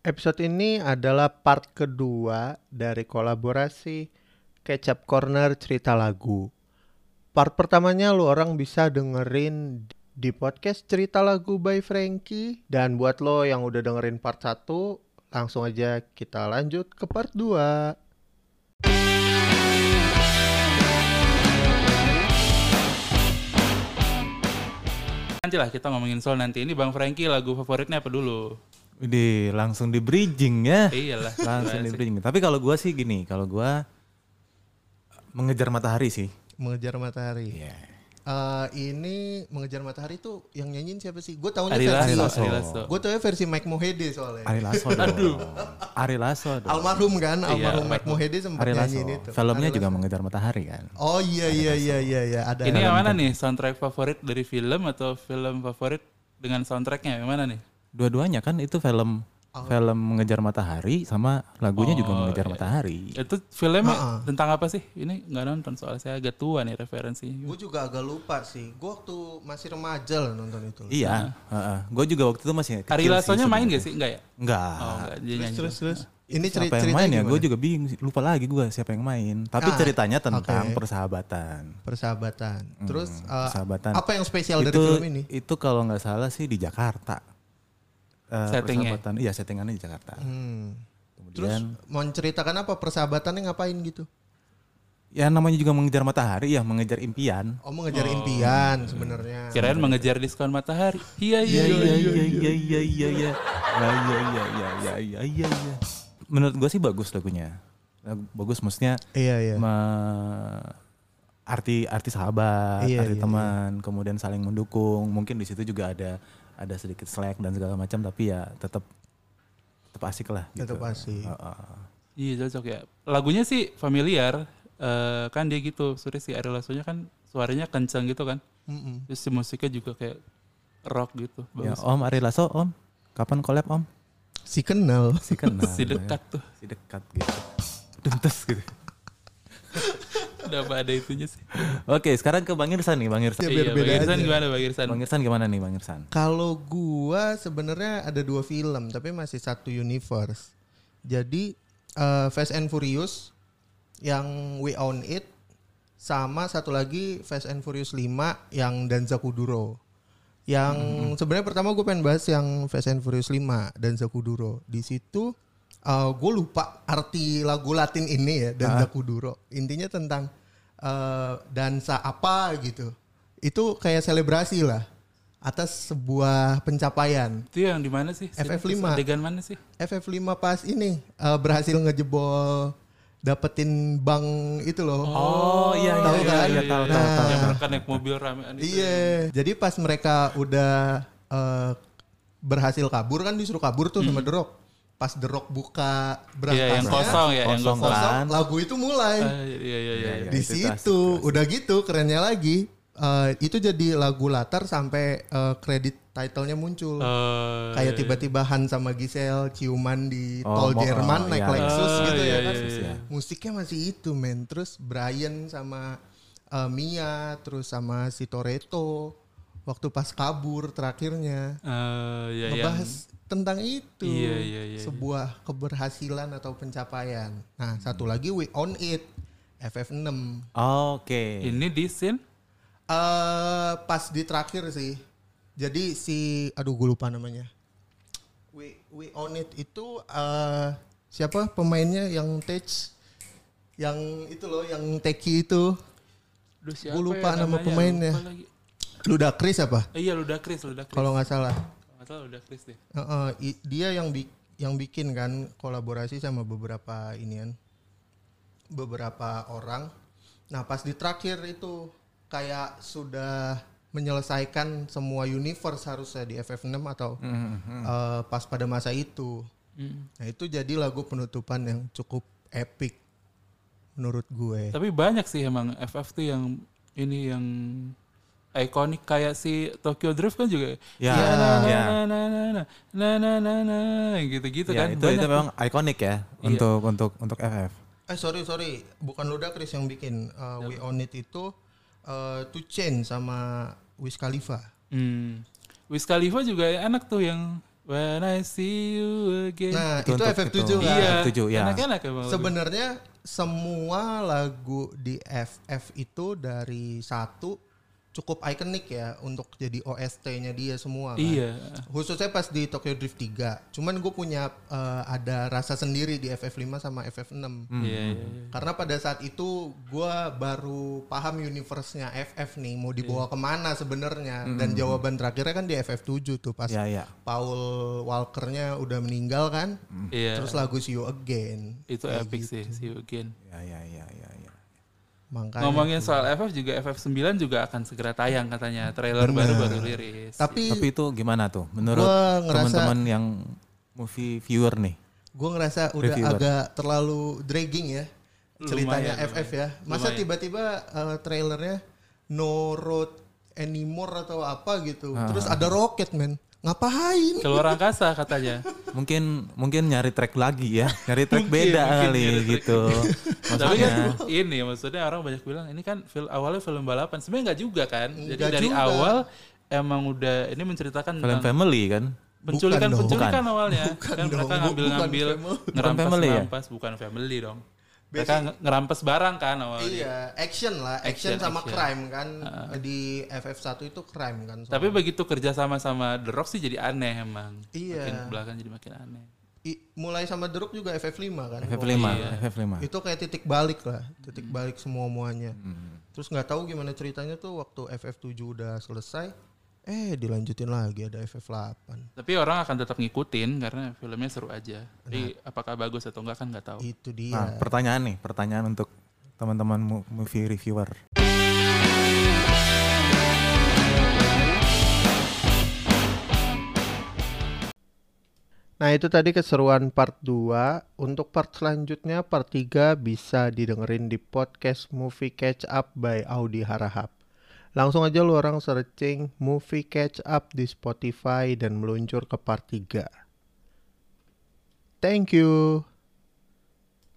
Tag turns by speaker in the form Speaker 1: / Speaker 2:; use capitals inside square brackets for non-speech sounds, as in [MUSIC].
Speaker 1: Episode ini adalah part kedua dari kolaborasi Kecap Corner Cerita Lagu. Part pertamanya lu orang bisa dengerin di podcast Cerita Lagu by Frankie. Dan buat lo yang udah dengerin part 1, langsung aja kita lanjut ke part 2.
Speaker 2: Nanti lah kita ngomongin soal nanti ini Bang Frankie lagu favoritnya apa dulu?
Speaker 3: Di langsung di bridging ya.
Speaker 2: Iyalah. gila
Speaker 3: Langsung di
Speaker 2: Iya. sih.
Speaker 3: bridging. Tapi kalau gua sih gini, kalau gua mengejar matahari sih.
Speaker 1: Mengejar Matahari.
Speaker 3: Iya.
Speaker 1: Eh, ini Mengejar Matahari tuh yang nyanyiin siapa sih? Gue taunya
Speaker 2: Ari
Speaker 1: versi...
Speaker 2: Lasso,
Speaker 3: Lasso.
Speaker 2: Ari Lasso.
Speaker 1: Gue taunya versi Mike Mohede soalnya.
Speaker 3: Ari Lasso dong.
Speaker 2: Aduh.
Speaker 3: Ari Lasso dong.
Speaker 1: Almarhum kan, almarhum
Speaker 2: almarhum.
Speaker 1: Mike Mohede sempat
Speaker 3: Ari Lasso.
Speaker 1: nyanyiin itu.
Speaker 3: Filmnya
Speaker 1: Ari
Speaker 3: juga
Speaker 1: Lasso.
Speaker 3: mengejar matahari kan.
Speaker 1: Oh iya iya iya iya iya ada.
Speaker 2: Ini yang mana nih soundtrack favorit dari film atau film favorit dengan soundtracknya yang mana nih?
Speaker 3: Dua-duanya kan itu film film mengejar matahari sama lagunya
Speaker 2: Oh,
Speaker 3: juga
Speaker 2: iya,
Speaker 3: mengejar matahari.
Speaker 2: Itu filmnya tentang apa sih? Ini nggak nonton soal saya agak tua nih referensi.
Speaker 1: Gue juga agak lupa sih. Gue waktu masih remaja lah nonton itu.
Speaker 3: Iya, Gue juga waktu itu masih
Speaker 2: Ari Lasso-nya main gak sih? Enggak ya?
Speaker 3: Enggak.
Speaker 2: Oh, enggak. Dia nyanyi.
Speaker 1: Terus terus. Ini ceri-
Speaker 3: siapa yang
Speaker 1: cerita
Speaker 3: main ya? Gue juga bingung, sih. lupa lagi gue siapa yang main. Tapi
Speaker 1: Ah,
Speaker 3: ceritanya tentang
Speaker 1: oke.
Speaker 3: persahabatan.
Speaker 1: persahabatan. Terus eh,
Speaker 3: Hmm, persahabatan.
Speaker 1: apa yang spesial dari
Speaker 3: itu
Speaker 1: film ini?
Speaker 3: itu kalau nggak salah sih di Jakarta. Eh,
Speaker 2: Settingnya.
Speaker 3: persahabatan, iya settingannya di Jakarta.
Speaker 1: Hmm. Terus
Speaker 3: Kemudian
Speaker 1: mau ceritakan apa persahabatannya ngapain gitu?
Speaker 3: ya namanya juga mengejar matahari ya, mengejar impian.
Speaker 1: Oh mengejar
Speaker 3: iya,
Speaker 1: impian sebenarnya.
Speaker 2: Kirain mengejar diskon matahari. Iya iya iya.
Speaker 3: iya iya iya iya iya. Ya, iya iya iya iya iya iya iya. Menurut gue sih bagus lagunya. Lagu- Bagus maksudnya
Speaker 1: Iya iya.
Speaker 3: me- arti arti sahabat,
Speaker 1: Iya,
Speaker 3: arti
Speaker 1: iya,
Speaker 3: teman, kemudian saling mendukung. Mungkin di situ juga ada ada sedikit slack dan segala macam tapi ya tetap tetap asik lah gitu.
Speaker 1: Tetap asik.
Speaker 3: Heeh.
Speaker 2: Iya cocok ya. Lagunya sih familiar. Eh, kan dia gitu. Suri si Ari Lasso-nya kan suaranya kencang gitu kan.
Speaker 3: Oh.
Speaker 1: Mm-mm.
Speaker 2: Terus si musiknya juga kayak rock gitu.
Speaker 3: Ya,
Speaker 2: Bagus.
Speaker 3: Om Ari Lasso, Om. Kapan collab, Om?
Speaker 1: Si kenal.
Speaker 3: Si kenal.
Speaker 2: si dekat tuh.
Speaker 3: Si dekat gitu. Dentes gitu.
Speaker 2: Udah apa ada itunya sih.
Speaker 3: Oke, sekarang ke Bang Irsan nih, Bang Irsan.
Speaker 1: Ya, biar
Speaker 2: iya,
Speaker 1: beda
Speaker 2: Bang Irsan
Speaker 1: aja.
Speaker 2: gimana Bang Irsan?
Speaker 3: Bang Irsan gimana nih, Bang Irsan?
Speaker 1: Kalau gua sebenarnya ada dua film tapi masih satu universe. Jadi eh, Fast and Furious yang We Own It sama satu lagi Fast and Furious 5 yang Danza Kuduro. Yang sebenarnya pertama gue pengen bahas yang Fast and Furious 5 Danza Kuduro. Di situ gue lupa arti lagu Latin ini ya Danza Kuduro. Intinya tentang eh, dansa apa gitu. Itu kayak selebrasi lah atas sebuah pencapaian.
Speaker 2: Itu yang di mana sih?
Speaker 1: FF5.
Speaker 2: Adegan mana sih?
Speaker 1: FF5 pas ini eh, berhasil ngejebol dapetin bank itu loh.
Speaker 3: Oh, iya
Speaker 1: Tahu kan?
Speaker 3: tahu tahu
Speaker 1: Nah.
Speaker 3: tahu.
Speaker 2: Yang mereka naik mobil ramean itu.
Speaker 1: Iya. Jadi pas mereka udah eh, berhasil kabur kan disuruh kabur tuh sama The Rock. Pas The Rock buka
Speaker 2: Hmm. Iya, yang
Speaker 1: berangkasnya,
Speaker 2: kosong ya, yang
Speaker 3: Kosong.
Speaker 2: kosong.
Speaker 1: kosong,
Speaker 3: Kan?
Speaker 1: lagu itu mulai.
Speaker 2: Ah, Iya iya iya.
Speaker 3: Ya,
Speaker 1: di
Speaker 3: itu
Speaker 1: situ
Speaker 3: asik, asik.
Speaker 1: udah gitu kerennya lagi eh, itu jadi lagu latar sampai eh, kredit titlenya muncul.
Speaker 2: Eh,
Speaker 1: Kayak tiba-tiba Han sama Gisel ciuman di
Speaker 3: Oh,
Speaker 1: tol
Speaker 3: mo-
Speaker 1: Jerman
Speaker 3: oh,
Speaker 1: naik
Speaker 3: iya.
Speaker 1: Lexus
Speaker 2: Ah,
Speaker 1: gitu
Speaker 2: iya,
Speaker 1: ya kan.
Speaker 2: iya, iya.
Speaker 1: Musiknya masih itu men. Terus Brian sama eh, Mia, terus sama si Toretto waktu pas kabur terakhirnya
Speaker 2: eh, iya, yang-
Speaker 1: ngebahas tentang itu.
Speaker 2: Iya, iya, iya,
Speaker 1: sebuah keberhasilan atau pencapaian. Nah, satu lagi We On It FF6.
Speaker 3: Oke.
Speaker 2: ini di scene
Speaker 1: eh pas di terakhir sih. Jadi si aduh gue lupa namanya. We We On It itu eh siapa pemainnya yang Tej yang itu loh yang Teki itu.
Speaker 2: Duh, siapa
Speaker 1: Gua lupa
Speaker 2: ya
Speaker 1: nama
Speaker 2: namanya?
Speaker 1: pemainnya.
Speaker 2: Lupa lagi.
Speaker 1: Luda Chris apa?
Speaker 2: Eh, iya Luda Chris, Luda Chris.
Speaker 1: Kalau nggak salah.
Speaker 2: Nggak salah Luda Chris deh.
Speaker 1: Heeh, i- dia yang bi- yang bikin kan kolaborasi sama beberapa inian beberapa orang. Nah, pas di terakhir itu kayak sudah menyelesaikan semua universe harusnya di FF6 atau eh, pas pada masa itu. Nah, itu jadi lagu penutupan yang cukup epic menurut gue.
Speaker 2: Tapi banyak sih emang FF tuh yang ini yang ikonik kayak si Tokyo Drift kan juga.
Speaker 3: Ya,
Speaker 2: Na, na, na,
Speaker 3: ya.
Speaker 2: na, na, na, na, na, na, na, na, gitu-gitu
Speaker 3: Ya,
Speaker 2: kan.
Speaker 3: itu itu memang ikonik ya untuk untuk untuk FF.
Speaker 1: Eh sorry sorry, bukan Luda Chris yang bikin Eh, We On It itu eh To Chain sama Wiz Khalifa.
Speaker 2: Hmm. Wiz Khalifa juga enak tuh yang When I see you again.
Speaker 1: Nah, itu,
Speaker 3: Itu untuk
Speaker 1: FF7
Speaker 3: itu.
Speaker 1: kan.
Speaker 2: iya.
Speaker 3: F7, ya.
Speaker 2: Enak-enak emang.
Speaker 1: Sebenarnya semua lagu di FF itu dari satu cukup ikonik ya untuk jadi OST-nya dia semua kan.
Speaker 2: Iya.
Speaker 1: Khususnya pas di Tokyo Drift 3. Cuman gue punya eh, ada rasa sendiri di FF5 sama FF6.
Speaker 3: Hmm,
Speaker 2: Iya, iya, iya.
Speaker 1: Karena pada saat itu gue baru paham universe-nya FF nih mau dibawa
Speaker 2: Iya.
Speaker 1: kemana sebenarnya
Speaker 2: Hmm,
Speaker 1: dan jawaban terakhirnya kan di FF7 tuh
Speaker 2: Iya.
Speaker 1: pas
Speaker 3: Ya ya.
Speaker 1: Paul Walkernya udah meninggal kan
Speaker 3: hmm.
Speaker 2: Iya.
Speaker 1: terus gitu. lagu See You Again
Speaker 2: itu epic sih, see you again.
Speaker 3: Ya ya ya ya. ya.
Speaker 1: makanya
Speaker 2: Ngomongin soal FF juga FF9 juga akan segera tayang katanya. Trailer baru baru rilis.
Speaker 1: tapi
Speaker 3: Tapi itu gimana tuh menurut
Speaker 1: Gua ngerasa-
Speaker 3: teman-teman yang movie viewer nih?
Speaker 1: gue ngerasa udah
Speaker 3: Reviewer.
Speaker 1: agak terlalu dragging ya ceritanya
Speaker 2: Lumayan,
Speaker 1: FF ya masa
Speaker 2: Lumayan.
Speaker 1: tiba-tiba eh, trailernya no road anymore atau apa gitu terus ada roket men ngapain
Speaker 2: Keluar angkasa katanya.
Speaker 3: Mungkin mungkin nyari track lagi ya, nyari track beda
Speaker 2: mungkin
Speaker 3: kali
Speaker 2: nyari track.
Speaker 3: gitu.
Speaker 2: Tapi
Speaker 3: Maksudnya
Speaker 2: kan ini maksudnya orang banyak bilang ini kan film awalnya film balapan. Sebenarnya nggak juga kan. Jadi
Speaker 1: Nggak
Speaker 2: dari
Speaker 1: juga.
Speaker 2: awal emang udah ini menceritakan
Speaker 3: film
Speaker 2: tentang
Speaker 3: family kan.
Speaker 1: Bukan
Speaker 2: penculikan
Speaker 1: dong.
Speaker 2: penculikan awalnya
Speaker 1: dong,
Speaker 2: kan mereka
Speaker 1: bu-
Speaker 2: ngambil
Speaker 1: [LAUGHS] bukan family.
Speaker 2: ngambil ngerampas
Speaker 3: family ya?
Speaker 2: ngerampas bukan family dong mereka nge- ngerampas barang kan awalnya
Speaker 1: Iya, action lah, action,
Speaker 2: Action,
Speaker 1: sama
Speaker 2: action. Ah.
Speaker 1: crime kan. Di FF1 itu crime kan. soalnya.
Speaker 2: tapi begitu kerja sama sama The Rock sih jadi aneh emang
Speaker 1: Iya.
Speaker 2: makin belakang jadi makin aneh
Speaker 1: I- mulai sama The Rock juga FF5 kan.
Speaker 2: Oh,
Speaker 3: FF5,
Speaker 2: iya.
Speaker 3: FF5.
Speaker 1: Itu kayak titik balik lah, titik balik semua muanya. Terus nggak tahu gimana ceritanya tuh waktu FF7 udah selesai, eh dilanjutin lagi ada FF8.
Speaker 2: tapi orang akan tetap ngikutin karena filmnya seru aja tapi apakah bagus atau enggak kan nggak tahu
Speaker 1: Itu dia.
Speaker 3: Nah, pertanyaan nih, pertanyaan untuk teman-teman mu- movie reviewer.
Speaker 1: Nah, itu tadi keseruan part 2. Untuk part selanjutnya part 3 bisa didengerin di podcast Movie Catch Up by Audi Harahap. Langsung aja lu orang searching Movie Catch Up di Spotify dan meluncur ke part 3. Thank you.